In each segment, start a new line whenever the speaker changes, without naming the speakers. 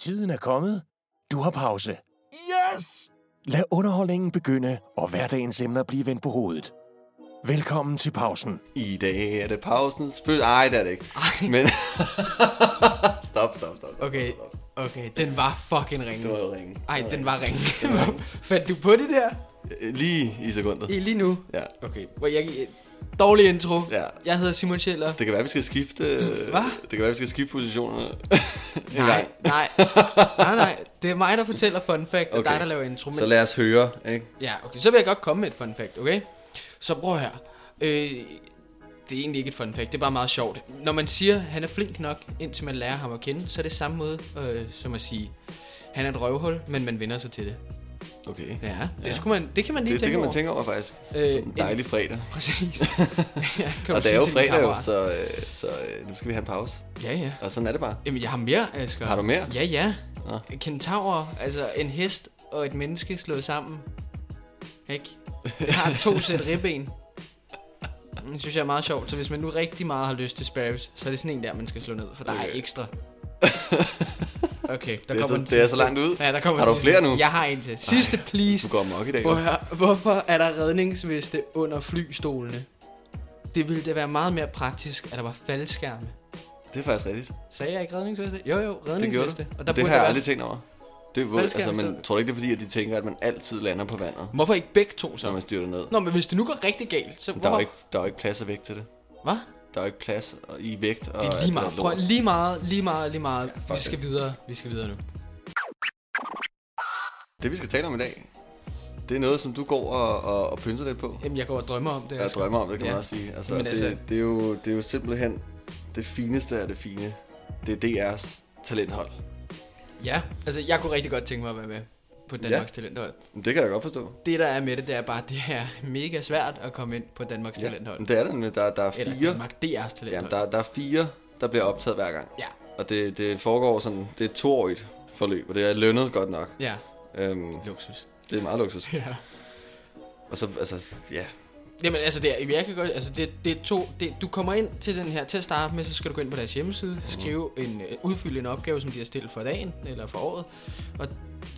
Tiden er kommet. Du har pause.
Yes!
Lad underholdningen begynde, og hverdagens emner blive vendt på hovedet. Velkommen til pausen.
I dag er det pausens fødsel. Ej, det er det ikke.
Ej.
Men... stop, stop, stop, stop.
Okay,
stop, stop.
okay, den var fucking ringe.
Det var jo ringe.
Ej,
Det
den var ringe. Fandt du på det der?
ringe. Øh, Lige i sekundet.
I lige nu?
Ja.
Okay, hvor jeg... Dårlig intro.
Ja.
Jeg hedder Simon Scheller.
Det kan være, vi skal skifte...
hvad?
Det kan være, vi skal skifte positionerne. En gang.
Nej, nej, nej, nej. Det er mig, der fortæller fun fact, og
Okay.
dig, der laver intro. Men...
Så lad os høre, ikke?
Ja, okay, så vil jeg godt komme med et fun fact, okay? Så prøv her. Øh, det er egentlig ikke et fun fact, det er bare meget sjovt. Når man siger, han er flink nok, indtil man lærer ham at kende, så er det samme måde øh, som at sige, han er et røvhul, men man vender sig til det.
Okay.
Ja, det, ja. Skulle man, det kan man lige
Det, det
tænke
kan man
over.
tænke over, faktisk.
Øh,
Sådan en dejlig fredag.
Præcis. ja,
Og
kan du
det
sige
er jo
til din
fredag, jo,
kammerat.
så, øh, så øh, nu skal vi have en pause.
Ja, ja.
Og sådan er det bare.
Jamen, jeg har mere, Asger.
Har du mere?
Ja, ja.
Nå.
Kentaurer, altså en hest og et menneske slået sammen. Ikke? Jeg har to sæt ribben. Det synes jeg er meget sjovt. Så hvis man nu rigtig meget har lyst til spare ribs, så er det sådan en der, man skal slå ned, for der er
Okay.
ekstra. Okay, der
Det er,
kommer
så,
en
det er
sidste.
så langt ud.
Ja, der kommer
Har
en
du
sidste.
flere nu?
Jeg har en til. Sidste,
Du
please.
går mok i dag.
Prøv at høre, hvorfor er der redningsveste under flystolene? Det ville da være meget mere praktisk, at der var faldskærme.
Det er faktisk rigtigt.
Sagde jeg ikke redningsveste? Jo, jo,
Det gjorde du.
redningsveste.
Og
der
det
burde
har jeg
være-
aldrig tænkt over. Det er,
Faldskærm
våd- altså,
i
man
stedet.
tror du ikke, det er fordi, at de tænker, at man altid lander på vandet,
Hvorfor ikke begge to så?
når man styrter ned?
Nå, men hvis det nu går rigtig galt, så
Der er,
hvorfor?
jo ikke, der er jo ikke plads og vægt til det.
Hvad?
Der er jo ikke plads og- i vægt. Og
Det er
alt
lige
det
meget.
der
Prøv,
lort.
at- lige meget, lige meget, lige meget.
fuck
vi skal videre. Vi skal videre nu.
Det vi skal tale om i dag, det er noget, som du går og, og, og pynser lidt på.
Jamen, jeg går og drømmer om det. altså.
Jeg
Asger.
drømmer om det, kan man
Ja.
også sige. Altså,
Men
det,
altså-
det, er jo, det er jo simpelthen det fineste af det fine. Det er DR's talenthold.
Ja, altså jeg kunne rigtig godt tænke mig at være med på Danmarks ja. Talenthold.
Men det kan jeg godt forstå.
Det der er med det, det er bare, at det er mega svært at komme ind på Danmarks ja.
men
Talenthold.
det er der nemlig. Der, der er
Eller
fire,
Danmark DR's
jamen,
Talenthold.
der, der er fire, der bliver optaget hver gang.
Ja,
Og det, det foregår sådan, det er et toårigt forløb, og det er lønnet godt nok.
ja,
Øhm,
luksus.
det er meget luksus.
Ja.
Og så, altså, ja,
Jamen altså, det er, jeg kan godt, altså det, det er to, det, du kommer ind til den her, til at starte med, så skal du gå ind på deres hjemmeside, skrive en, øh, udfylde en opgave, som de har stillet for dagen, eller for året, og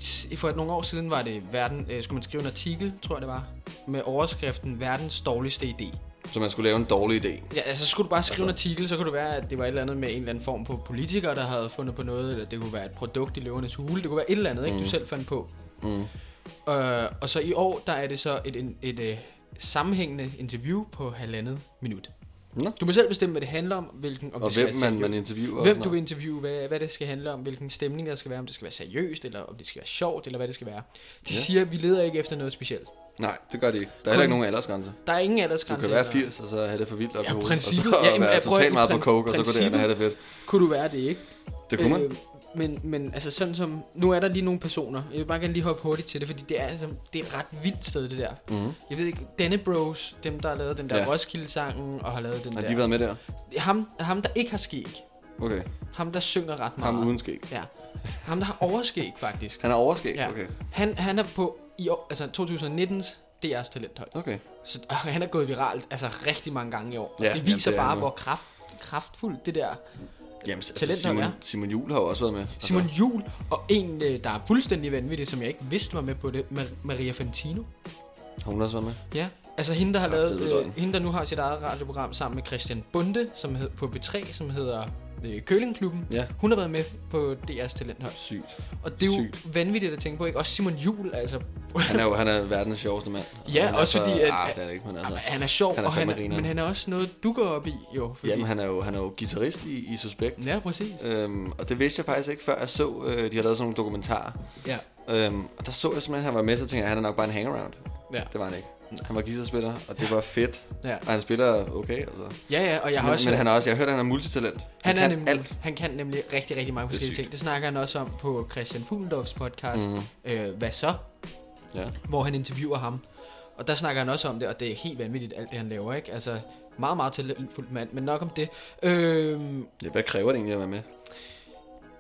s- for nogle år siden var det verden, øh, skulle man skrive en artikel, tror jeg det var, med overskriften, verdens dårligste idé.
så man skulle lave en dårlig idé.
Ja, altså så skulle du bare skrive en artikel, så kunne det være, at det var et eller andet med en eller anden form på politikere, der havde fundet på noget, eller det kunne være et produkt i løvernes hule, det kunne være et eller andet, ikke, du selv fandt på.
Mm.
Øh, og så i år, der er det så et, et, et, øh, sammenhængende interview på halvandet minut.
Nå.
Du må selv bestemme, hvad det handler om, hvilken... Om
Og
det skal
hvem
være
man, man
seriøst.
interviewer. og
Hvem
sådan
du
noget.
vil interviewe, hvad, hvad det skal handle om, hvilken stemning der skal være, om det skal være seriøst, eller om det skal være sjovt, eller hvad det skal være. De
Ja.
siger, at vi leder ikke efter noget specielt.
Nej, det gør de ikke. Der er heller ikke
Kun-
nogen aldersgrænse.
Der er ingen
Du
aldersgrænse.
kan være
eller-
80, og så have det for vildt op
Ja,
i hovedet. Og så
princippet. Ja, jamen,
være
jeg prøver-
totalt meget på
prin-
coke, og så gå derind og
princippet.
have det fedt.
Kunne du være det, ikke?
Det kunne man.
Øh, men, men altså sådan som, nu er der lige nogle personer, jeg vil bare gerne lige hoppe hurtigt til det, fordi det er, altså, det er et ret vildt sted det der.
Mhm.
Jeg ved ikke, Danny Bros, dem der har lavet den der
Ja.
ja. Roskilde-sangen, og har lavet den
Har
der.
de været med der?
ham, ham der ikke har skæg,
Okay.
ham der synger ret meget.
Ham uden skæg.
Ja, ham der har overskæg faktisk.
Han er overskæg?
Ja.
Okay.
Han, han er på i år, altså 2019's DR's talenthold.
Okay.
Så, og han er gået viralt altså rigtig mange gange i år.
Ja,
det viser
jamen, det er
bare,
han jo.
hvor kraft, kraftfuldt det der.
Jamen, altså,
Talenthold er.
Simon, Simon Juhl har jo også været med. Altså,
Simon Jul og en, øh, der er fuldstændig vanvittig, som jeg ikke vidste var med på det, Mar- Maria Fantino.
Har hun også været med?
Ja, altså hende, der har
Kraftedeme
lavet,
løgn.
øh, hende, der nu har sit eget radioprogram sammen med Christian Bunde, som hed, på B3, som hedder øh, Kølingklubben.
Ja.
Hun har været med på DR's talenthold.
Sygt.
Og det er jo
Sygt.
vanvittigt at tænke på, ikke? Også Simon Jul, altså.
Han er jo han er verdens sjoveste mand. Og
Ja,
han er
også
så-
fordi, at-
Ah, det er det ikke, men altså...
Jamen, han er sjov,
han er
og han
fandme
er,
grineren.
men han er også noget, du går op i, jo. Fordi,
Jamen, han er jo, han er jo guitarist i, i Suspekt.
Ja, præcis.
Øhm, og det vidste jeg faktisk ikke, før jeg så, øh, de har lavet sådan nogle dokumentarer.
Ja,
Øhm, og der så jeg simpelthen, at han var med, så tænkte jeg, at han er nok bare en hangaround.
ja,
Det var han ikke. Han var guitarspiller, og det var fedt.
ja.
Og han spiller okay, altså.
Ja, ja, og jeg har
men,
også...
men han er også, jeg har hørt, at han er multitalent.
Han, er
kan
nemlig,
alt.
han kan nemlig rigtig, rigtig mange
Det er
forskellige
sygt. Mhm.
ting. Det snakker han også om på Christian Fuglendorfs podcast, mm. øh, Hvad så?
Ja.
Hvor han interviewer ham. Og der snakker han også om det, og det er helt vanvittigt, alt det han laver, ikke? Altså, meget, meget talentfuld mand, men nok om det. Øh,
ja. hvad kræver det egentlig at være med?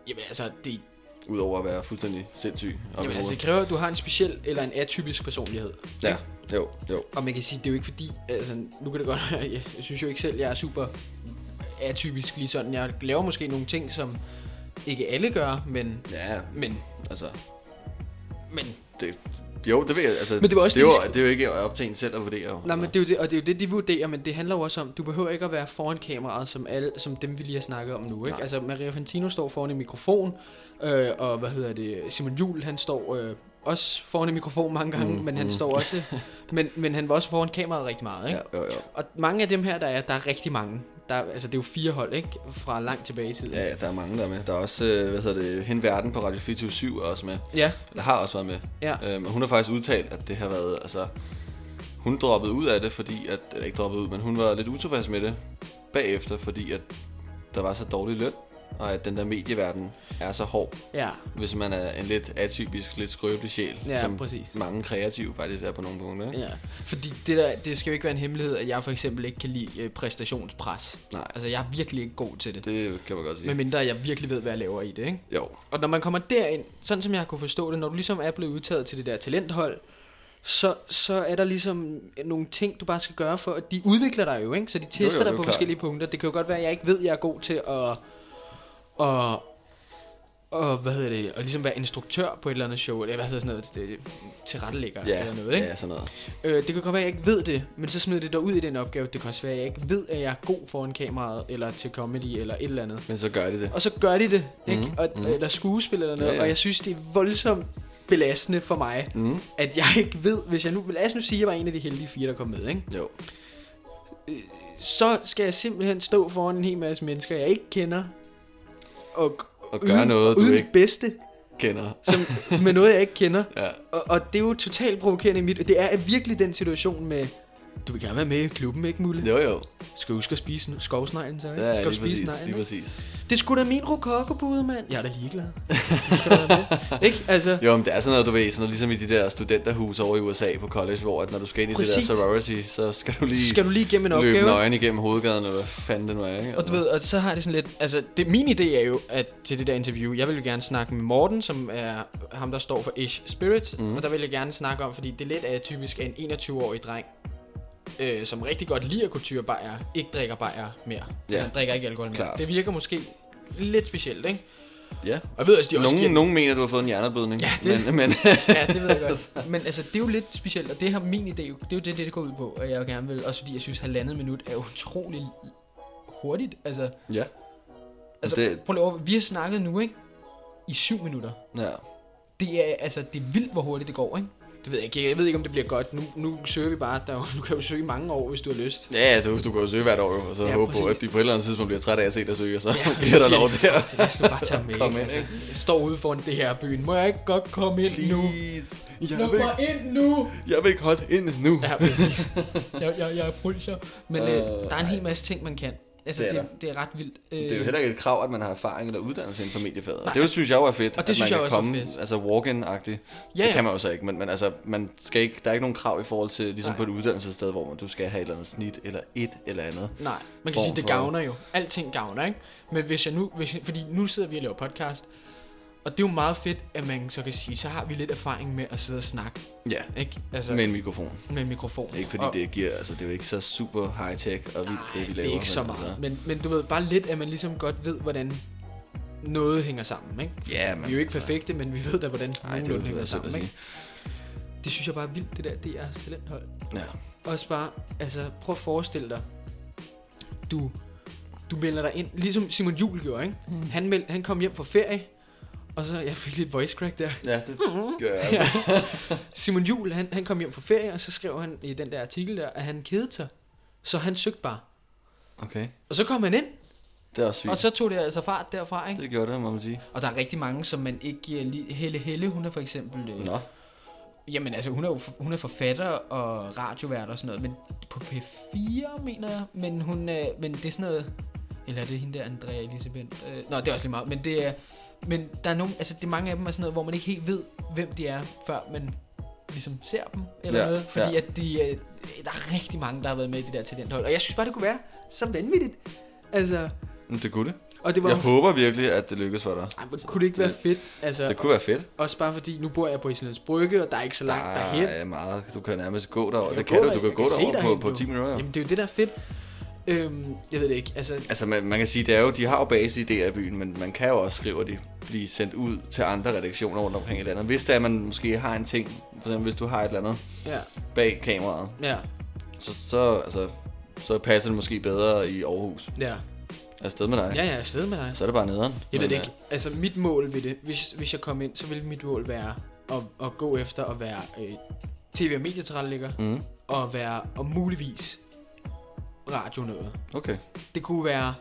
jamen altså, det,
Udover at være fuldstændig sindssyg. op i
jamen, altså,
hovedet.
det kræver, at du har en speciel eller en atypisk personlighed.
Ja, jo, jo.
Og man kan sige, det er jo ikke fordi, altså, nu kan det godt være, jeg synes jo ikke selv, jeg er super atypisk lige sådan. Jeg laver måske nogle ting, som ikke alle gøre, men,
Ja,
men,
altså,
men
det, jo, det ved jeg, altså,
Men det var også
det, er
lige-
jo, det er jo ikke op til en selv at vurdere. jo.
Nej, men
altså.
det er jo det, og det er jo det, de vurderer, men det handler jo også om, du behøver ikke at være foran kameraet, som, alle, som dem, vi lige har snakket om nu. Ikke?
Nej.
Altså, Maria Fantino står foran en mikrofon, øh, og hvad hedder det, Simon Jul, han står øh, også foran en mikrofon mange gange, mm, men han står også, men, men han var også foran kameraet rigtig meget. Ikke? Ja.
Ja, jo, jo.
Og mange af dem her, der er, der er rigtig mange. Der, er- altså, det er jo fire hold, ikke? Fra langt tilbage i tiden.
Ja, ja, der er mange, der er med. Der er også, øh, hvad hedder det, Hende Verden på Radio 24 er også med.
ja.
Eller har også været med.
Ja.
Øhm, og hun har faktisk udtalt, at det har været, altså... Hun droppede ud af det, fordi at... Eller ikke droppede ud, men hun var lidt utilfreds med det bagefter, fordi at der var så dårlig løn, og at den der medieverden er så hård,
ja.
hvis man er en lidt atypisk, lidt skrøbelig sjæl,
Ja,
som
præcis.
mange kreative faktisk er på nogle punkter. Ikke?
Ja, fordi det, der, det skal jo ikke være en hemmelighed, at jeg for eksempel ikke kan lide øh, præstationspres.
Nej.
Altså, jeg er virkelig ikke god til det.
Det kan man godt sige.
Men mindre jeg virkelig ved, hvad jeg laver i det, ikke?
Jo,
Og når man kommer derind, sådan som jeg har kunne forstå det, når du ligesom er blevet udtaget til det der talenthold, så, så er der ligesom nogle ting, du bare skal gøre for, at de udvikler dig jo, ikke? Så de
jo,
tester
det er
dig på
klart.
forskellige punkter. Det kan jo godt være, at jeg ikke ved, at jeg er god til at... Og, og hvad hedder det, og ligesom være instruktør på et eller andet show, eller hvad hedder sådan noget, det- det- tilrettelægger
ja,
eller noget, ikke?
ja, sådan noget.
Øh, det kan godt være, at jeg ikke ved det, men så smider det dig ud i den opgave. Det kan også være, at jeg ikke ved, at jeg er god foran kameraet, eller til comedy, eller et eller andet.
Men så gør de det.
Og så gør de det, ikke?
Mhm,
Mm, og, mm. Eller skuespil eller
Ja,
noget. Ja,
ja.
ja. Og jeg synes, det er voldsomt belastende for mig,
Mm.
at jeg ikke ved, hvis jeg nu... Lad os nu sige, at jeg var en af de heldige fire, der kom med, ikke?
Jo,
Så skal jeg simpelthen stå foran en hel masse mennesker, jeg ikke kender. Og,
Og gøre noget, du
uden mit
ikke-
bedste,
kender.
som, med noget, jeg ikke kender.
Ja.
Og, og det er jo totalt provokerende i mit... Det er virkelig den situation med... Du vil gerne være med i klubben, ikke, Mulle?
Jo, jo.
Skal du huske at spise nu- skovsneglen, så, ikke?
Ja,
Skal
lige
du spise
præcis.
sneglen,
lige
ikke?
præcis.
Det skulle sgu da min rokokobude, mand. Jeg er da ligeglad. Det skal da være med. ikke? Altså,
Jo, men det er sådan noget, du ved, sådan noget, ligesom i de der studenterhus over i USA på college, hvor at når du skal ind i
Præcis.
det der sorority, så skal du lige,
skal du lige igennem en
løbe
opgave?
nøgen igennem hovedgaden, eller hvad fanden det nu er, ikke?
Og du ved, og så har det sådan lidt, altså det, min idé er jo, at til det der interview, jeg vil jo gerne snakke med Morten, som er ham, der står for Ish Spirits, mm. og der vil jeg gerne snakke om, fordi det er lidt atypisk, at en 21-årig dreng, øh, som rigtig godt lider kulturbajer, ikke drikker bajer mere.
Ja.
Ja. Han drikker ikke alkohol mere.
Klart.
Det virker måske lidt specielt, ikke?
Altså, Ja.
Og jeg ved også, de også
Nogen,
giver-
nogen mener, du har fået en hjerneblødning.
Ja, det-
Men, men
ja, det ved jeg godt. Men altså, det er jo lidt specielt, og det har min idé, jo- det er jo det, det går ud på, og jeg gerne vil, også fordi jeg synes, halvandet minut er utrolig hurtigt. Altså,
ja.
altså
Det-
det... prøv lige over, vi har snakket nu, ikke? I syv minutter.
ja.
Det er, altså, det er vildt, hvor hurtigt det går, ikke? Det ved jeg ikke. Jeg ved ikke, om det bliver godt. Nu, nu søger vi bare. Der, er jo- du kan jo søge i mange år, hvis du har lyst.
Ja, du, du kan jo søge hvert år, jo, og så ja,
Ja,
håbe på,
præcis.
at de på et eller andet tidspunkt bliver trætte af at se dig søge, og så ja,
Ja,
bliver der lov til at...
Det er, hvis du bare tager med,
Kom
ikke?
ind,
Altså, jeg står ude foran det her byen. Må jeg ikke godt komme ind nu?
Please. Jeg
Luk
vil,
mig ind nu!
jeg vil ikke holde ind nu.
Ja, præcis. jeg, jeg, jeg er fryser. Men øh,
Øh,
der er en hel
nej.
masse ting, man kan. Altså,
Det
det
er
er, det, det er ret vildt. Øh,
Det er jo heller ikke et krav, at man har erfaring eller uddannelse inden for mediefaget. Og det synes jeg jo er fedt,
Og det
at man
synes jeg
kan
også er
komme,
fedt.
altså walk-in-agtigt. Ja,
Ja,
det
ja.
kan man jo så ikke, men, men altså, man skal ikke, der er ikke nogen krav i forhold til, ligesom Nej.
Nej.
på et uddannelsessted, hvor man, du skal have et eller andet snit, eller et eller andet.
Nej, man kan
form
sige, det
for-
gavner jo. Alting gavner, ikke? Men hvis jeg nu... Hvis jeg, fordi nu sidder vi og laver podcast. Og det er jo meget fedt, at man så kan sige, så har vi lidt erfaring med at sidde og snakke.
Ja,
Ikke? Altså,
med
Men,
en mikrofon.
med mikrofon.
Ikke fordi
og,
det giver, altså det er jo ikke så super high-tech og vildt,
nej,
det vi laver.
det er ikke så
men
meget.
altså-
Men, men du ved, bare lidt, at man ligesom godt ved, hvordan noget hænger sammen, ikke?
Ja, men
Vi er jo ikke
altså-
perfekte, men vi ved da, hvordan
Nej, det
nogenlunde
vil
hænger
jeg selv at
sammen,
sige.
ikke? Det synes jeg bare er vildt, det der DR's talenthold.
Ja.
også bare, altså prøv at forestille dig, du, du melder dig ind, ligesom Simon Juhl gjorde, ikke? Mm. Han, meld, han kom hjem på ferie, og så, jeg fik lidt voice crack der.
ja, det gør jeg altså.
Simon Juhl, han, han kom hjem på ferie, og så skrev han i den der artikel der, at han kedede sig. Så han søgte bare.
Okay,
Og så kom han ind,
det er også sygt.
og så tog det altså fart derfra, ikke?
Det gjorde det, må man sige.
Og der er rigtig mange, som man ikke giver lige... Helle Helle, hun er for eksempel... Øh,
Nå,
Jamen altså, hun er, jo, hun er forfatter og radiovært og sådan noget, men på P4, mener jeg, men, hun, øh, men det er sådan noget, eller er det hende der, Andrea Elisabeth? Øh, nå, det er også lige meget, men det er, men der er nogle, altså det er mange af dem er sådan noget, hvor man ikke helt ved, hvem de er, før man ligesom ser dem, eller
Ja,
ja, noget, fordi
ja.
ja. at de, øh, der er rigtig mange, der har været med i det der talenthold, og jeg synes bare, det kunne være så vanvittigt, altså,
men det kunne det.
og det var,
Jeg håber virkelig, at det lykkes for dig.
ej, men kunne det ikke være fedt, altså,
Det kunne være fedt.
også bare fordi, nu bor jeg på Islands Brygge, og der er ikke så langt derhen,
Der er meget. Du kan nærmest gå derover.
Jeg
Det kan du.
gå
Du
der,
kan
jeg
gå
se
derover
derhen
på, på
nu.
10 minutter. jo.
Jamen, det er jo det, der er fedt. Øhm, jeg ved det ikke. Altså,
Altså man, man kan sige, det er jo, de har jo baseidéer i byen, men man kan jo også skrive, at de bliver sendt ud til andre redaktioner rundt omkring i landet. Hvis der er, man måske har en ting, for eksempel hvis du har et eller andet
ja,
bag kameraet,
ja,
så, så, altså, så passer det måske bedre i Aarhus.
ja.
Altså sted med dig.
Ja, ja, afsted med dig. altså.
Så er det bare nederen.
Jeg ved
Men, øh,
det ikke. Altså, mit mål ved det, hvis, hvis jeg kom ind, så ville mit mål være at, at gå efter at være øh, tv- og medietilrettelægger,
øh, Mm,
og være, og muligvis, radio noget.
okay.
Det kunne være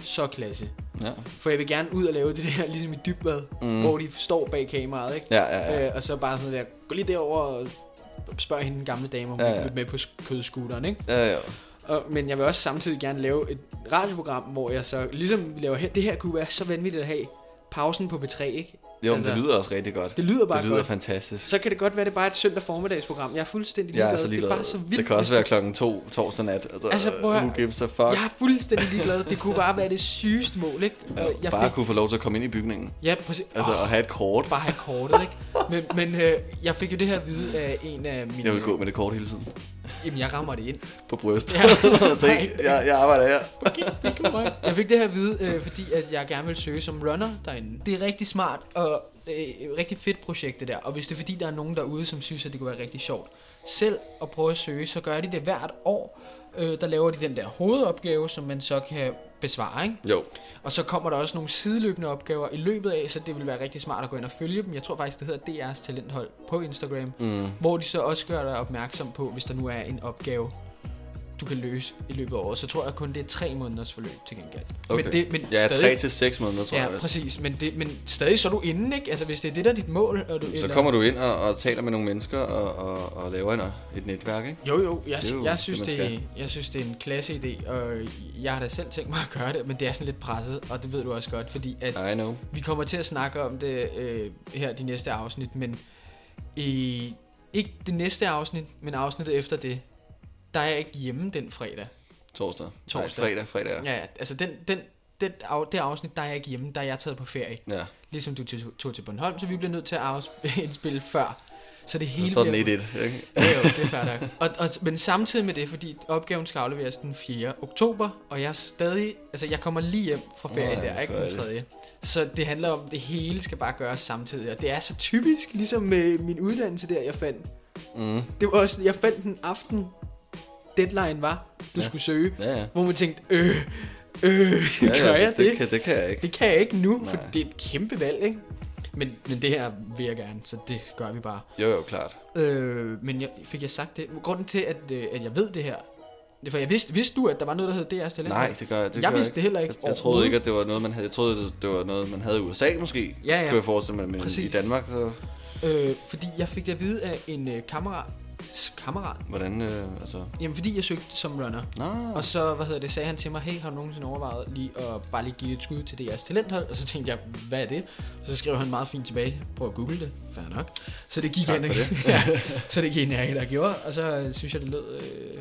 så klasse.
Ja.
For jeg vil gerne ud og lave det der, ligesom i dybvad, mm.
Mm.
hvor de står bag kameraet, ikke?
Ja, ja, ja.
Øh, og så bare sådan der, gå lige derover og spørg hende den gamle dame, om hun
Ja,
ja, ja.
ja.
vil med på sk- kødscooteren, ikke?
Ja, ja.
Og, men jeg vil også samtidig gerne lave et radioprogram, hvor jeg så, ligesom vi laver her, det her kunne være så vanvittigt at have pausen på B3, ikke?
Jo, altså, det lyder også rigtig godt.
det lyder bare
Det lyder
godt.
fantastisk.
Så kan det godt være, det er bare er et søndag formiddagsprogram. Jeg er fuldstændig
Jeg
ligeglad.
er så ligeglad.
Det er bare så vildt.
det kan også
hvis-
være klokken to torsdag nat. Altså,
Altså,
altså
prøv at høre.
who gives a fuck?
Jeg er fuldstændig ligeglad. Det kunne bare være det sygeste mål, ikke?
Ja,
Og jeg
bare kunne få lov til at komme ind i bygningen.
Ja, præcis.
Altså,
Altså,
at
oh,
have et kort.
bare have kortet, ikke? Men, men øh, jeg fik jo det her at vide af en af mine...
Jeg vil gå med det kort hele tiden.
Jamen, jeg rammer det ind.
På brystet.
Ja.
Ja. Tænk, jeg, jeg arbejder her.
Jeg fik det her at vide, øh, fordi at jeg gerne vil søge som runner derinde. Det er rigtig smart og øh, rigtig fedt projekt det der. Og hvis det er fordi, der er nogen derude, som synes, at det kunne være rigtig sjovt selv at prøve at søge, så gør de det hvert år. Øh, der laver de den der hovedopgave, som man så kan besvare, ikke?
Jo.
Og så kommer der også nogle sideløbende opgaver i løbet af, så det vil være rigtig smart at gå ind og følge dem. Jeg tror faktisk, det hedder DR's Talenthold på Instagram, mm. hvor de så også gør dig opmærksom på, hvis der nu er en opgave, du kan løse i løbet af året. Så tror jeg kun, det er tre måneders forløb til gengæld.
Okay.
Men det, men
ja,
stadig,
3 til 6 måneder, tror
Ja,
jeg. altså. vist.
præcis. Men, det, men stadig så er du inde, ikke? Altså, hvis det er det, der er dit mål, og du,
Så kommer du ind og, og taler med nogle mennesker og, og, og laver en, et netværk, ikke?
Jo, jo, jeg,
Det er jo
jeg, synes,
det,
det,
man
det, jeg synes, det er en klasse idé, og jeg har da selv tænkt mig at gøre det, men det er sådan lidt presset, og det ved du også godt, fordi at
I know.
Vi kommer til at snakke om det øh, her de næste afsnit, men i, ikke det næste afsnit, men afsnittet efter det, der er jeg ikke hjemme den fredag.
Torsdag.
Torsdag.
Nej, fredag, fredag. Ja.
Ja, ja altså den, den, den, af, det afsnit, der er jeg ikke hjemme, der er jeg taget på ferie.
ja.
Ligesom du til- tog til Bornholm, så vi bliver nødt til at afsp- indspille før. Så det hele
Så står den 1-1.
bliver...
Ikke?
Ja, jo, det er fair nok. Og, og, men samtidig med det, fordi opgaven skal afleveres den 4. oktober, og jeg er stadig, altså jeg kommer lige hjem fra ferie
Nej,
der, ikke den
hvor
3. Så det handler om, at det hele skal bare gøres samtidig, og det er så typisk, ligesom med min uddannelse der, jeg fandt.
Mm.
Det var også, jeg fandt den aften, deadline var, du ja.
Ja.
skulle søge,
Ja, ja.
hvor man tænkte, øh, øh,
ja,
ja, gør
ja,
jeg
det,
det?
det? Kan, det kan jeg ikke.
Det kan jeg ikke nu, for
Nej.
det er et kæmpe valg, ikke? Men, men det her vil jeg gerne, så det gør vi bare.
Jo, jo, klart.
Øh, men jeg, fik jeg sagt det? Grunden til, at, øh, at jeg ved det her, det er for jeg vidste, vidste du, at der var noget, der hed DR's Talent?
Nej, det gør jeg, det
Jeg
gør
vidste det heller ikke
Jeg, jeg troede
overhovedet.
ikke, at det var noget, man havde. Jeg troede, det, det var noget, man havde i USA måske.
Ja, ja.
Kunne jeg forestille mig, men
Præcis.
i Danmark, så
Øh, fordi jeg fik det at vide af en øh, kammerat. kammerat.
hvordan, øh, altså...
Jamen, fordi jeg søgte som runner.
Nå,
Og så, hvad hedder det, sagde han til mig, hey, har du nogensinde overvejet lige at bare lige give et skud til DR's talenthold? Og så tænkte jeg, hvad er det? Så skrev han meget fint tilbage, prøv at google det, fair nok. Så det gik
Tak
han,
for
ja, så det gik han, der gjorde, og så øh, synes jeg, det lød øh,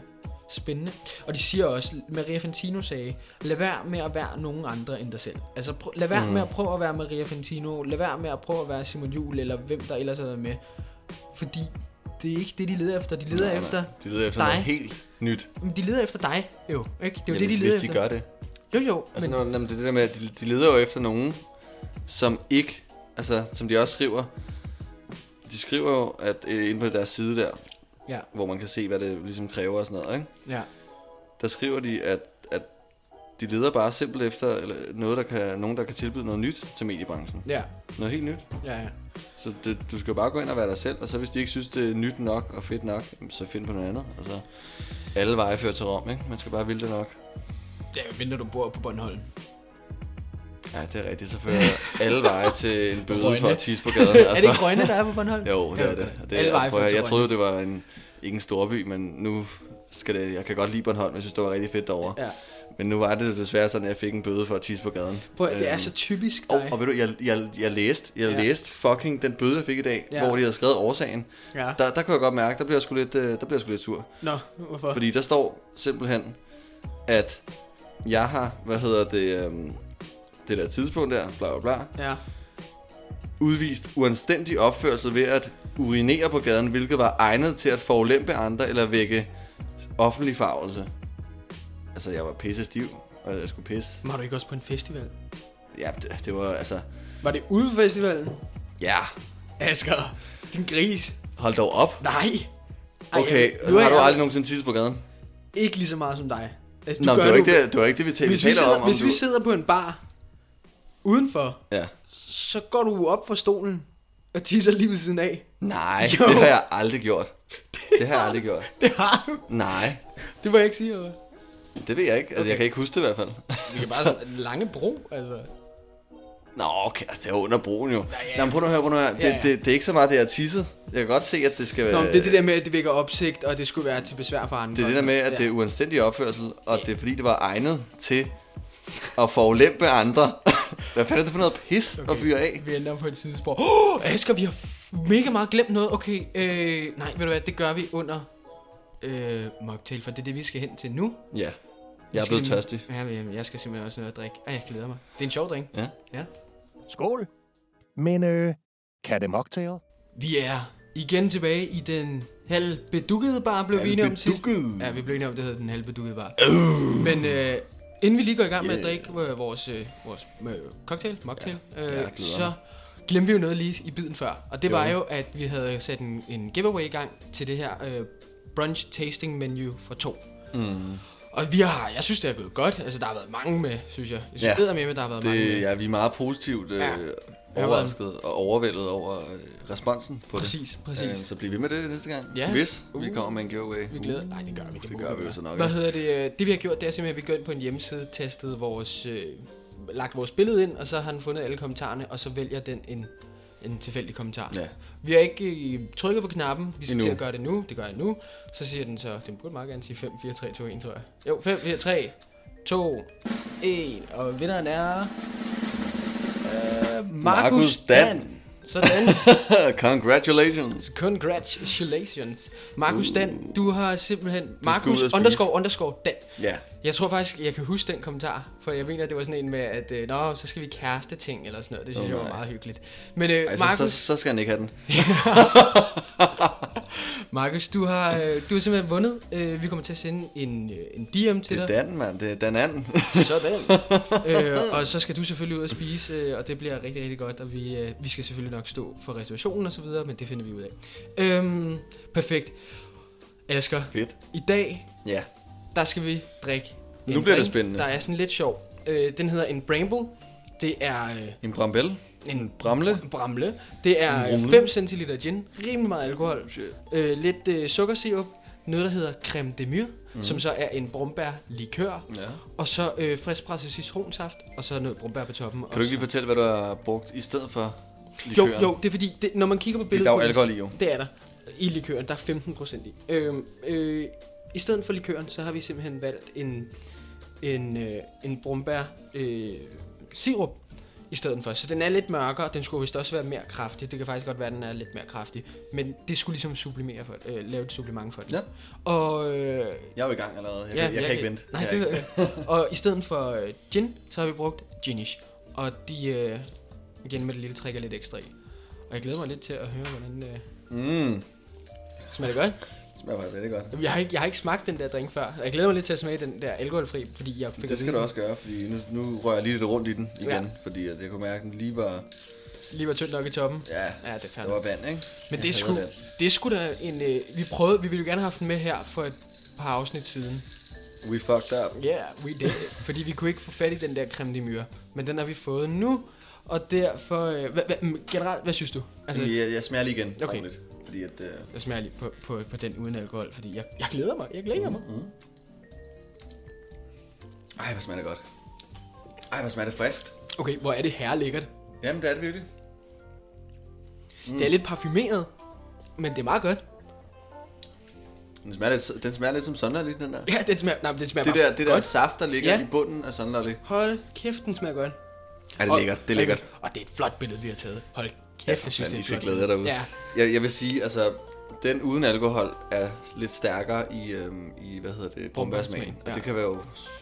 spændende. Og de siger også, Maria Fantino sagde, lad være med at være nogen andre end dig selv. Altså, prøv, lad være mm. med at prøve at være Maria Fantino, lad være med at prøve at være Simon Jul eller hvem der ellers har været med. Fordi det er ikke det, de leder efter. De leder
nej, nej.
efter,
De leder efter
dig.
noget helt nyt.
men de leder efter dig, jo. Ikke? Det er jo
Jamen,
det, de
hvis-
leder
Hvis de
efter.
gør det.
Jo, jo,
Altså,
men
når, når, det er det der med, at de, de leder jo efter nogen, som ikke, altså, som de også skriver, de skriver jo, at øh, inde på deres side der,
Ja.
hvor man kan se, hvad det ligesom kræver og sådan noget, ikke?
ja,
der skriver de, at, at de leder bare simpelt efter eller noget, der kan, nogen, der kan tilbyde noget nyt til mediebranchen.
ja,
Noget helt nyt.
ja, ja.
Så det, du skal bare gå ind og være dig selv, og så hvis de ikke synes, det er nyt nok og fedt nok, jamen, så find på noget andet. Altså, alle veje fører til Rom, ikke? Man skal bare ville det nok.
Ja, mindre du bor på Bornholm.
Ja, det er rigtigt. Så fører alle veje til en bøde for
Rønne.
at tisse på gaden.
er det ikke Grønne, der er på Bornholm?
altså- Jo, det er det. Og det
Alle
er,
veje
prøv at
fører
høre,
til
jeg troede jo, det var en, ikke en storby, men nu skal det, jeg kan godt lide Bornholm, jeg synes, det var rigtig fedt derovre.
Ja.
Men nu var det jo desværre sådan, at jeg fik en bøde for at tisse på gaden.
Prøv, at- det er
Øhm,
så typisk
Og,
dig.
og ved du, jeg, jeg, jeg læste, jeg
Ja.
ja. læste fucking den bøde, jeg fik i dag,
Ja.
ja. hvor de havde skrevet årsagen.
Ja.
Der, der kunne jeg godt mærke, der blev jeg sgu lidt, øh, der blev jeg sgu lidt sur.
Nå, hvorfor?
Fordi der står simpelthen, at jeg har, hvad hedder det, øhm, det der tidspunkt der, bla bla bla,
Ja.
udvist uanstændig opførsel ved at urinere på gaden, hvilket var egnet til at forulempe andre eller vække offentlig farvelse. Altså, jeg var pisse stiv, og jeg skulle pisse.
Var du ikke også på en festival?
Ja, det, det var altså...
Var det ude på festivalen?
Ja,
Asger, din gris.
hold dog op.
Nej. Ej,
Okay,
jeg-
Ej, nu har
er
du
jeg
aldrig nogensinde tisset på gaden?
Ikke lige så meget som dig. Altså,
Nå, men det var,
jo-
ikke det, det var ikke det, vi talte vi
Hvis, vi
taler
sidder,
om.
hvis
om
vi
du...
sidder på en bar udenfor,
Ja.
så går du op fra stolen og tisser lige ved siden af.
Nej,
Jo.
det har jeg aldrig gjort. Det har jeg aldrig gjort.
Det har du.
Nej,
Det må jeg ikke sige, eller hvad?
det ved jeg ikke. Altså, okay. jeg kan ikke huske det i hvert fald.
Vi kan bare sådan lange bro, altså.
Nå, okay, altså, det er under broen jo. Ja, ja. Nå, men prøv nu at høre, prøv nu at høre. Det,
Ja, ja.
det, det, er ikke så meget, det jeg har tisset. Jeg kan godt se, at det skal være...
Nå, men det er det der med, at det vækker opsigt, og det skulle være til besvær for andre.
øh, det, er det der med, at det er uanstændig opførsel, og det er fordi, det var egnet til at forulempe andre. Hvad fanden er det for noget pis okay. at fyre af?
Vi ender på et sidespor. Åh, Asger, vi har f- mega meget glemt noget. Okay, øh, nej, ved du hvad, det gør vi under øh, mocktail, for det er det, vi skal hen til nu.
Ja, jeg er
Skal
blevet
vi-
tørstig.
Ja, men jeg skal simpelthen også noget at drikke. Ej, jeg glæder mig. Det er en sjov drink.
Ja.
Ja.
Skål. Men øh, kan det mocktail?
Vi er igen tilbage i den halvbedukkede bar, blev vi enige om sidst.
Halvbedukkede.
Ja, vi blev enige om, det hedder den halvbedukkede bar. Men øh, inden vi lige går i gang med at drikke øh, vores, øh, vores øh, cocktail, mocktail,
jeg
øh,
glæder
så glemte vi jo noget lige i biden før. Og det var jo, at vi havde sat en, en giveaway i gang til det her øh, brunch tasting menu for to.
Mm.
Og vi har, jeg synes, det er gået godt. Altså, der har været mange med, synes jeg. Jeg synes,
Ja.
ja. med, at der har været mange med.
Det, ja, vi er meget positivt øh,
Ja.
ja. overrasket og overvældet over øh, responsen på
Præcis,
det.
præcis.
Øh, så bliver vi med det næste gang,
Ja.
hvis vi
Uh.
kommer med en giveaway. Uh.
Vi glæder Nej, det gør vi.
Det
må
gør vi jo så nok.
Hvad
ikke?
hedder det? øh, Det vi har gjort, det er simpelthen, at vi går ind på en hjemmeside, testet vores, øh, lagt vores billede ind, og så har han fundet alle kommentarerne, og så vælger den en, en tilfældig kommentar.
Ja.
Vi har ikke øh, trykket på knappen, vi skal
Endnu.
til at gøre det nu, det gør jeg nu. Så siger den så, den burde meget gerne sige 5, 4, 3, 2, 1, tror jeg. Jo, 5, 4, 3, 2, 1, og vinderen er... Øh, Markus
Markus
Dan.
Dan.
Dan. Sådan.
Congratulations.
Congratulations. Markus Dan, du har simpelthen...
Uh. ud og
Markus
spise.
underscore underscore Dan.
Ja,
Jeg tror faktisk, jeg kan huske den kommentar, for jeg mener, det var sådan en med, at øh, Nå, så skal vi kæreste ting eller sådan noget. Det synes
Åh,
oh, jeg var
nej.
meget hyggeligt. Men øh,
altså,
Markus,
så, så skal han ikke have den.
Markus, du har, øh, du har simpelthen vundet. Øh, vi kommer til at sende en, øh, en DM til
Det er
dig.
Dan, mand. Det er Dan Anden.
Sådan. øh, og så skal du selvfølgelig ud og spise, øh, og det bliver rigtig, rigtig godt. Og vi, øh, vi skal selvfølgelig nok stå for reservationen og så videre, men det finder vi ud af. Øhm, perfekt. Asger,
Fedt.
i dag
Ja.
der skal vi drikke
Nu
en
bliver det
drink,
spændende.
Der er sådan lidt sjov. Øh, den hedder en bramble. Det er øh,
En brambel.
en
Bramle.
bramle. Det er
En rumle.
5 cl gin. Rimelig meget alkohol.
Shit.
Øh, lidt øh, sukkersirup. Noget, der hedder creme de mure,
Mhm.
mm. som så er en brombærlikør.
Ja.
Og så øh, friskpresset citronsaft, og så noget brombær på toppen.
Kan du ikke lige fortælle, hvad du har brugt i stedet for
Jo,
likøren?
jo, det er fordi, det, når man kigger på billedet...
der er jo alkohol i, jo.
Det er der. I likøren, der er 15 procent i. Øhm, øh, I stedet for likøren, så har vi simpelthen valgt en, en, øh, en brumbær øh, sirup i stedet for. Så den er lidt mørkere, den skulle vist også være mere kraftig. Det kan faktisk godt være, at den er lidt mere kraftig. Men det skulle ligesom sublimere for, øh, lave et supplement for den.
Ja.
Og øh,
Jeg er jo i gang allerede. Jeg, kan, jeg, kan ikke vente.
Nej,
jeg
det
er
ved jeg. Og i stedet for øh, gin, så har vi brugt ginish. Og de, øh, igen med det lille trækker lidt ekstra i. Og jeg glæder mig lidt til at høre, hvordan øh,
Mm.
smager det godt.
Det smager faktisk rigtig godt.
Jamen, Jeg har, ikke, jeg har ikke smagt den der drink før. Og Jeg glæder mig lidt til at smage den der alkoholfri, fordi jeg fik
Det
at
skal
vide,
du også gøre, fordi nu, nu rører jeg lige lidt rundt i den igen,
Ja.
ja. fordi at jeg kunne mærke, at den lige var...
Lige var tyndt nok i toppen.
Ja,
Ja, det er fair
der var vand, ikke?
Men
Jeg
det
hader
er, sgu,
den.
det er sgu da en... Øh, vi prøvede, vi ville jo gerne have haft den med her for et par afsnit siden.
We fucked up.
Ja, yeah, we did it. Fordi vi kunne ikke få fat i den der creme de myre. Men den har vi fået nu. Og derfor... Øh, hva, hva, mm, generelt, hvad synes du?
Altså, jeg, jeg smager lige igen
Okay.
okay. ordentligt, fordi at... Øh,
Jeg smager lige på, på, på den uden alkohol, fordi jeg, jeg glæder mig. Jeg glæder mig.
Mm. ej, hvor smager det godt. Ej, hvor smager det friskt.
Okay, hvor er det her lækkert. Mm.
Jamen, det er det virkelig. Mm.
Det er lidt parfumeret, men det er meget godt.
Den smager lidt, den smager lidt som Sunderlig, den der.
Ja, det smager, nej, det smager
Det
bare
der, det der
godt.
saft, der ligger
Ja.
ja. i bunden af Sunderlig.
Hold kæft, den smager godt.
Ja, det er lækkert, det er lækkert.
Og, og det er et flot billede, vi har taget. Hold kæft,
Ja,
jeg
for
synes,
fanden,
det er
I
et
skal
flot
glæde jer
billede.
derude.
Ja,
Jeg, jeg vil sige, altså, den uden alkohol er lidt stærkere i, øhm, i hvad hedder det, brumbærsmagen. Ja.
Brombærsmagen, ja.
Og det kan være jo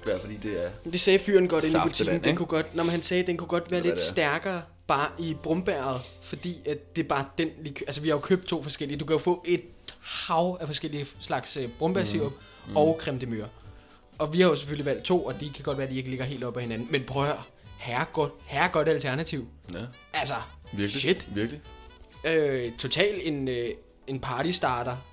være, fordi det er...
det sagde fyren godt inde i
Saftevand,
butikken. Den
ikke?
kunne godt, når man han sagde, den kunne godt være
Eller hvad
lidt
det er.
stærkere bare i brumbæret, fordi at det er bare den liky- Altså, vi har jo købt to forskellige.
mm.
Du kan jo få et hav af forskellige slags uh, brumbærsirup mm. og øh, creme de myre. og vi har jo selvfølgelig valgt to, og de kan godt være, at de ikke ligger helt op ad hinanden. Men prøv at høre, herre godt, herre godt alternativ.
Ja,
Altså,
virkelig.
shit.
Virkelig.
Øh, total en, øh, en partystarter et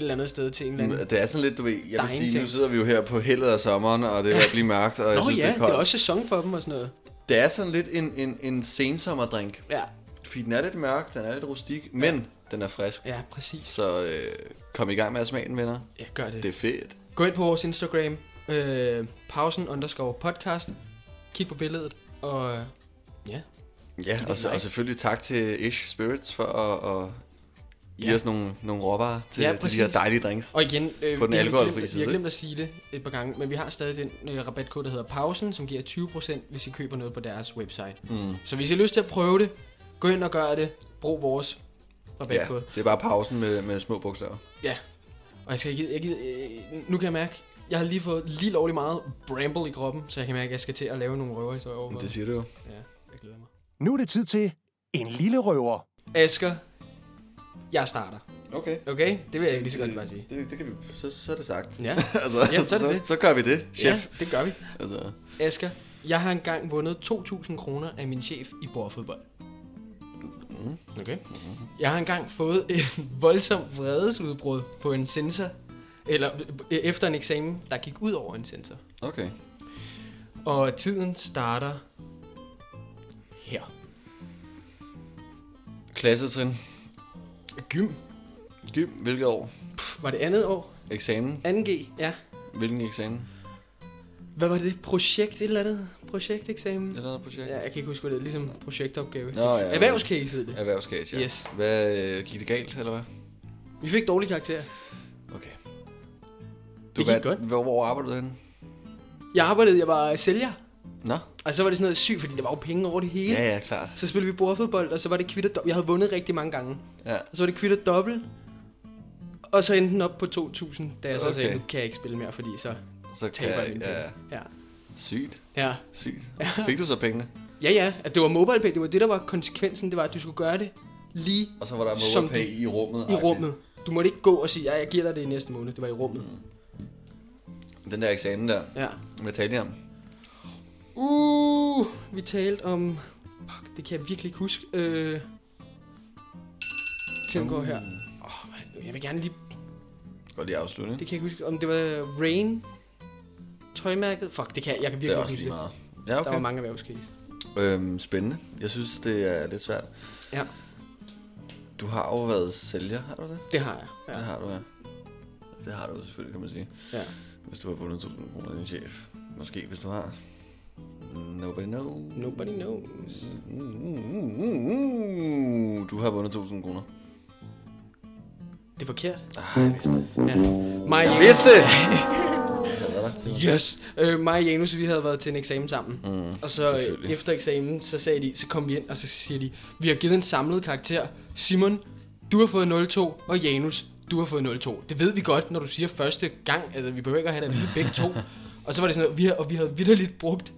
eller andet sted til en eller anden.
Det er sådan lidt, du ved, jeg
Der er
vil sige,
ingenting.
nu sidder vi jo her på heldet af sommeren, og det er ved at blive mørkt, og jeg
Nå
synes,
ja,
det er koldt.
det er også sæson for dem og sådan noget.
det er sådan lidt en, en, en sensommerdrink,
Ja,
fordi den er lidt mørk, den er lidt rustik, men den er frisk.
ja præcis.
Så øh, kom i gang med at smage den, venner.
Ja, gør det.
Det er fedt.
Gå ind på vores Instagram, øh, pausen underscore podcast. Kig på billedet, og øh, ja,
Ja, og, så, og selvfølgelig tak til Ish Spirits for at, at give
Ja.
os nogle, nogle råvarer til,
Ja,
ja, til de
præcis.
her dejlige drinks.
Og igen, øh,
På den
det har vi
alkoholfri
glemt-
side,
Jeg har
ikke?
glemt at sige det et par gange, men vi har stadig den øh, rabatkode, der hedder Pausen, som giver 20%, hvis I køber noget på deres website.
Mm.
Så hvis I har lyst til at prøve det, gå ind og gør det. Brug vores
Ja,
rabatkode.
det er bare pausen med, med små bogstaver.
Ja. ja. Og jeg skal, jeg, jeg, øh, nu kan jeg mærke, jeg har lige fået lige lovlig meget bramble i kroppen, så jeg kan mærke, at jeg skal til at lave nogle røverhistorier over.
Men det
Det...
siger du jo.
Ja, jeg glæder mig.
Nu er det tid til en lille røver.
Asger, jeg starter.
Okay.
Okay? Det vil jeg lige så godt bare sige.
Det, det kan vi, så, så er det sagt.
Ja,
altså,
Ja, så er det det.
så gør vi det, chef.
ja det gør vi.
Altså,
Asger, jeg har engang vundet 2.000 kroner af min chef i bordfodbold. Mm-hmm. Okay. Mm-hmm. Jeg har engang fået et voldsomt vredesudbrud på en sensor, eller øh, efter en eksamen, der gik ud over en sensor.
okay.
Og tiden starter her.
Klassetrin.
Gym.
Gym, hvilket år?
Var det andet år?
Eksamen.
2G, ja.
Hvilken eksamen?
Hvad var det? Projekt et eller andet? Projekteksamen?
Et eller andet projekt?
Ja, jeg kan ikke huske, hvad det er. Ligesom projektopgave.
Nå, ja, ja.
Erhvervscase hed det.
Erhvervscase, ja.
Yes.
Hvad, øh, gik det galt, eller hvad?
Vi fik dårlige karakterer.
Okay. Du,
gik
hvad,
godt.
Hvor, hvor arbejdede du henne?
Jeg arbejdede, jeg var sælger.
Nå?
Og så var det sådan noget sygt, fordi der var jo penge over det hele.
Ja, ja, klart.
Så spillede vi bordfodbold, og så var det kvitter dobbelt. Jeg havde vundet rigtig mange gange.
Ja.
Og så var det kvitter dobbelt. Og så endte den op på 2.000, da jeg så okay. sagde,
Okay.
nu kan jeg ikke spille mere, fordi så
Så kan
taber jeg mine
jeg,
penge.
ja,
Ja.
sygt,
Ja.
sygt. Fik du så pengene?
ja, ja. At det var MobilePay, det var det, der var konsekvensen. Det var, at du skulle gøre det lige
Og så var der
Som
MobilePay i rummet.
i rummet. Du måtte ikke gå og sige, ja, jeg giver dig det i næste måned. Det var i rummet.
Mm. Den der eksamen der,
Ja.
med talium.
Uh, vi talte om... Fuck, det kan jeg virkelig ikke huske. Øh... Tiden går her. Åh, oh, jeg vil gerne lige
Mm. Godt lige afslutte.
Det kan jeg ikke huske, om det var Rain, tøjmærket. Fuck, det kan jeg, jeg kan
Det er
virkelig ikke
også
huske
lige
det.
meget. Ja,
Der var
okay.
mange erhvervskrise.
Øhm, spændende. Jeg synes, det er lidt svært.
Ja,
Du har jo været sælger, har du det?
det har jeg. Ja.
Ja. Det har du, ja. Det har du jo selvfølgelig, kan man sige.
ja.
Hvis du har vundet 1000 kroner af din chef. Måske, hvis du har. Nobody knows.
Nobody knows.
Mm, mm, mm, mm, mm. Du har vundet 1000 kroner.
Det er forkert.
Ah, jeg vidste det.
Ja. Mig
Jeg
og
vidste det! Jeg havde dig, Simon.
Yes. Øh, mig og Janus, vi havde været til en eksamen sammen.
Mm,
og så øh,
selvfølgelig.
efter eksamen, så sagde de, så kom vi ind, og så siger de, vi har givet en samlet karakter. Simon, du har fået 02, og Janus, du har fået 02. Det ved vi godt, når du siger første gang. Altså, vi behøver ikke at have det at vide begge to. og så var det sådan noget, vi havde, og vi havde vidderligt brugt,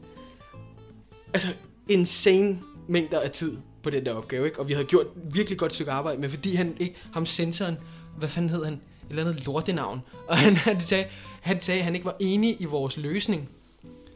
altså, insane mængder af tid på den der opgave, ikke? Og vi havde gjort et virkelig godt stykke arbejde, men fordi han ikke, ham sensoren, hvad fanden hed han? Et eller andet lortenavn. Og han, han, sagde, han sagde, at han ikke var enig i vores løsning.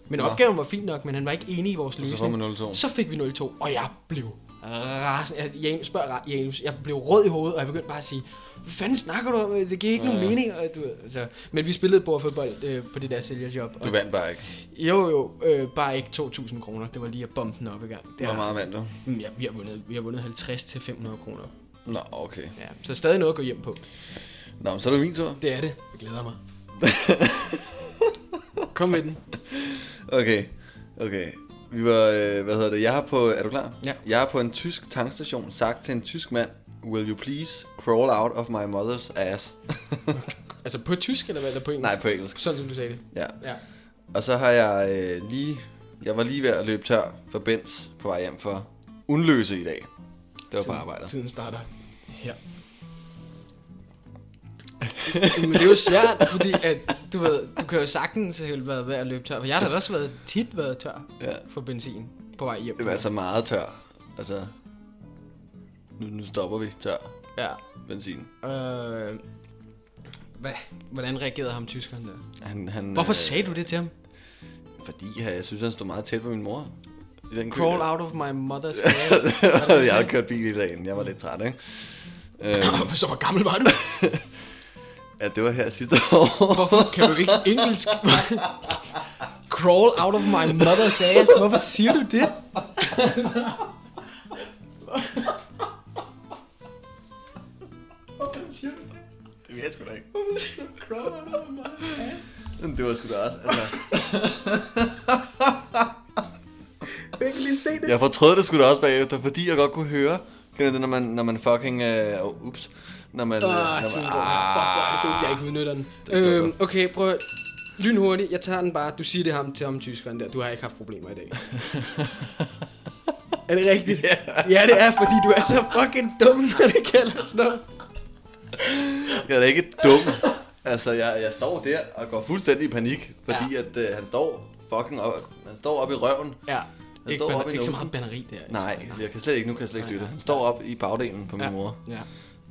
Men
Nå.
opgaven var fin nok, men han var ikke enig i vores
Og
løsning.
så får man 02.
Så fik vi 02, og jeg blev rasende. Jeg, James, spørg ra- James, jeg blev rød i hovedet, og jeg begyndte bare at sige, hvad fanden snakker du om? Det giver ikke
Ja,
nogen
ja.
mening. Og du, ved, altså, men vi spillede bordfodbold øh, på det der sælgerjob.
Du
og,
vandt bare ikke.
jo, jo, øh, bare ikke 2.000 kroner. Det var lige at bombe den op i gang.
Hvor
Det har-
meget vandt du?
Mm, Ja, vi har vundet, vi har vundet 50 til 500 kroner.
Nå, okay.
Ja, så stadig noget at gå hjem på.
Nå, men så er det min tur.
Det er det. Jeg glæder mig. Kom med den.
Okay, okay. Vi var, øh, hvad hedder det, jeg har på, er du klar?
Ja.
Jeg har på en tysk tankstation sagt til en tysk mand, Will you please crawl out of my mother's ass?
Altså på tysk eller hvad der på engelsk?
Nej, på engelsk.
Sådan som du sagde det.
Ja.
Ja.
Og så har jeg øh, lige, jeg var lige ved at løbe tør for Benz på vej hjem for Unløse i dag. Det var på arbejde.
Tiden starter her. Men det er jo svært, fordi at, du ved, du kan jo sagtens have været ved at løbe tør. For jeg har da også været, tit været tør
Ja.
for benzin på vej hjem.
Det var altså meget tør. Altså, nu, nu stopper vi tør
Ja.
benzin.
Øh, Hvad? Hvordan reagerede ham tyskeren der?
Han, han,
Hvorfor
øh,
sagde du det til ham?
Fordi jeg, jeg synes, han stod meget tæt på min mor. I den kø
Crawl
der.
out of my mother's ass.
jeg har kørt bil i dagen. Jeg var lidt træt, ikke? Øhm,
Nå, Så hvor gammel var du?
ja, det var her sidste år.
Hvorfor kan du ikke engelsk? Crawl out of my mother's ass. Hvorfor siger du det? Hvorfor siger du det?
det ved jeg sgu da ikke.
Hvorfor siger du crawl out of my mother's ass?
Men Det var sgu da også. Altså,
Jeg kan lige se det.
jeg fortrød det sgu da også bagefter, fordi jeg godt kunne høre. Kender du det, når man, når man fucking... Øh, oh, ups. Når man...
Åh,
øh, når
oh,
man
Fuck, hvor er det dumt, jeg ikke udnytter den.
kan jeg
Øhm,
godt.
okay, prøv at- Lynhurtigt, jeg tager den bare. Du siger det ham til ham tyskeren der. Du har ikke haft problemer i dag. er det rigtigt? Yeah. Ja, det er, fordi du er så fucking dum, når det gælder sådan noget.
Jeg er da ikke dum. Altså, jeg, jeg står der og går fuldstændig i panik, fordi ja. at øh, han står fucking op, han står op i røven.
Ja, ikke,
står
baner,
oppe i
ikke så
numsen.
meget banneri der. ikke?
Nej, jeg kan slet ikke, nu kan jeg slet ikke styre det. Han står op i bagdelen på min
ja.
mor.
Ja.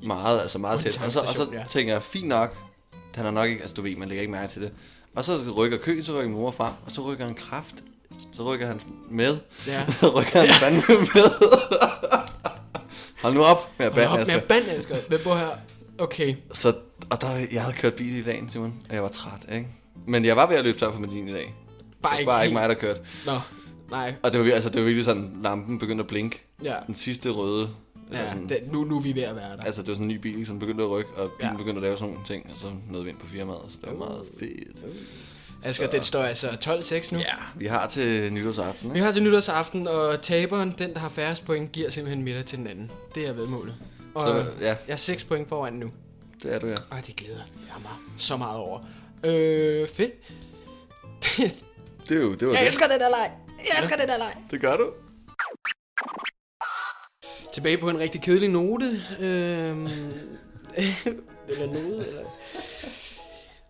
Meget, altså meget
På en
tæt. Og så, og så
tankstation, ja.
tænker jeg, fint nok, han har nok ikke, altså du ved, man lægger ikke mærke til det. Og så rykker køen, så rykker min mor frem, og så rykker han kraft. Så rykker han med.
Ja.
så rykker han fandme med. Hold nu op med at
Hold op
bande,
med
Asger.
at bande, Asger. Men prøv her. Okay.
Så, og der, jeg havde kørt bil i dagen, Simon, og jeg var træt, ikke? Men jeg var ved at løbe tør for benzin i dag.
Bare
det
ikke
var bare ikke mig,
helt-
der kørte.
Nå, nej.
Og det var, vir- altså, det var virkelig sådan, lampen begyndte at blinke.
Ja,
Den sidste røde. eller
ja
sådan,
det, nu, nu er vi ved at være der.
Altså, det var sådan en ny bil, som begyndte at rykke, og bilen
Ja. Uh.
ja. begyndte at lave sådan nogle ting, og så nåede vi ind på firmaet, så det var meget fedt.
Asger, den står altså 12-6 nu.
Ja, vi har til nytårsaften,
Vi
ikke?
har til nytårsaften, og taberen, den der har færrest point, giver simpelthen middag til den anden. Det er vedmålet. Og
Så, ja.
jeg er 6 point foran nu.
Det er du, ja.
Og det glæder jeg mig så meget over. Øh, fedt.
Det er jo, det var
Jeg
det.
elsker den der leg. Jeg elsker den der leg.
Det gør du.
Tilbage på en rigtig kedelig note. Øhm, eller note, eller...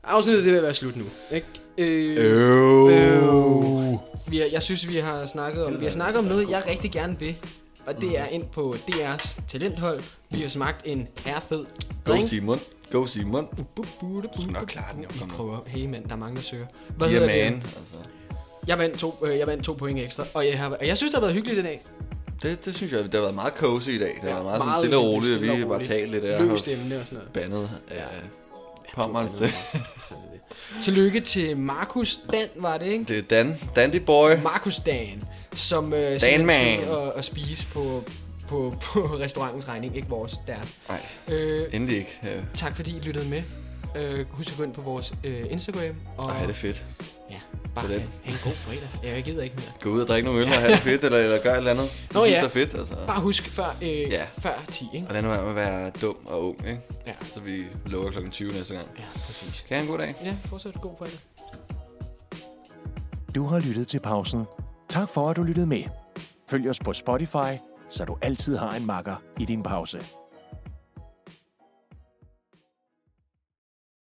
Afsnittet, det vil være slut nu, ikke? Øh,
Øv.
vi har, jeg synes, vi har snakket om, vi har snakket om noget, jeg rigtig gerne vil. Og det er
Mm.
ind på DR's talenthold. Vi har smagt en herrefed
Go
drink.
Simon. Go Simon.
Du
skal nok klare den, jo. Kom
Jeg
nu.
prøver. Hey mand, der er mange, der søger. Hvad
Yeah,
hedder
man.
det?
Altså,
Jeg vandt, to, øh, jeg vandt to point ekstra, og jeg, har, og jeg synes, det har været hyggeligt i dag.
det, det synes jeg, det har været meget cozy i dag. Det har
Ja,
været meget,
meget
sådan stille og roligt,
hyggeligt,
at
stille
vi
og
bare
roligt.
talte lidt af
Løs
og
stemme og sådan noget.
bandet øh, af pommerens det.
Sådan er det. Tillykke til Markus Dan, var det, ikke?
Det er Dan. Dandy Boy.
Markus Dan, som øh, simpelthen
Dan-man.
skal ud og, og spise på, på, på restaurantens regning, ikke vores, deres.
Nej,
Øh,
endelig ikke. Øh,
tak fordi I lyttede med. Øh, husk at gå ind på vores øh, Instagram. Og,
Ej, det er fedt.
ja, bare
Sådan.
have, have en god fredag. Ja, jeg gider ikke mere.
Gå ud og drikke nogle øl og have det fedt, eller, eller gør et eller andet. Du
Nå,
synes,
ja.
det er fedt, altså.
Bare husk før, øh,
Ja.
før 10, ikke?
Og lad nu være med at være dum og ung, ikke?
Ja.
Så vi lukker klokken 20 næste gang.
Ja, præcis.
Kan I have en god dag.
Ja, fortsat god fredag.
Du har lyttet til pausen. Tak for, at du lyttede med. Følg os på Spotify, så du altid har en makker i din pause.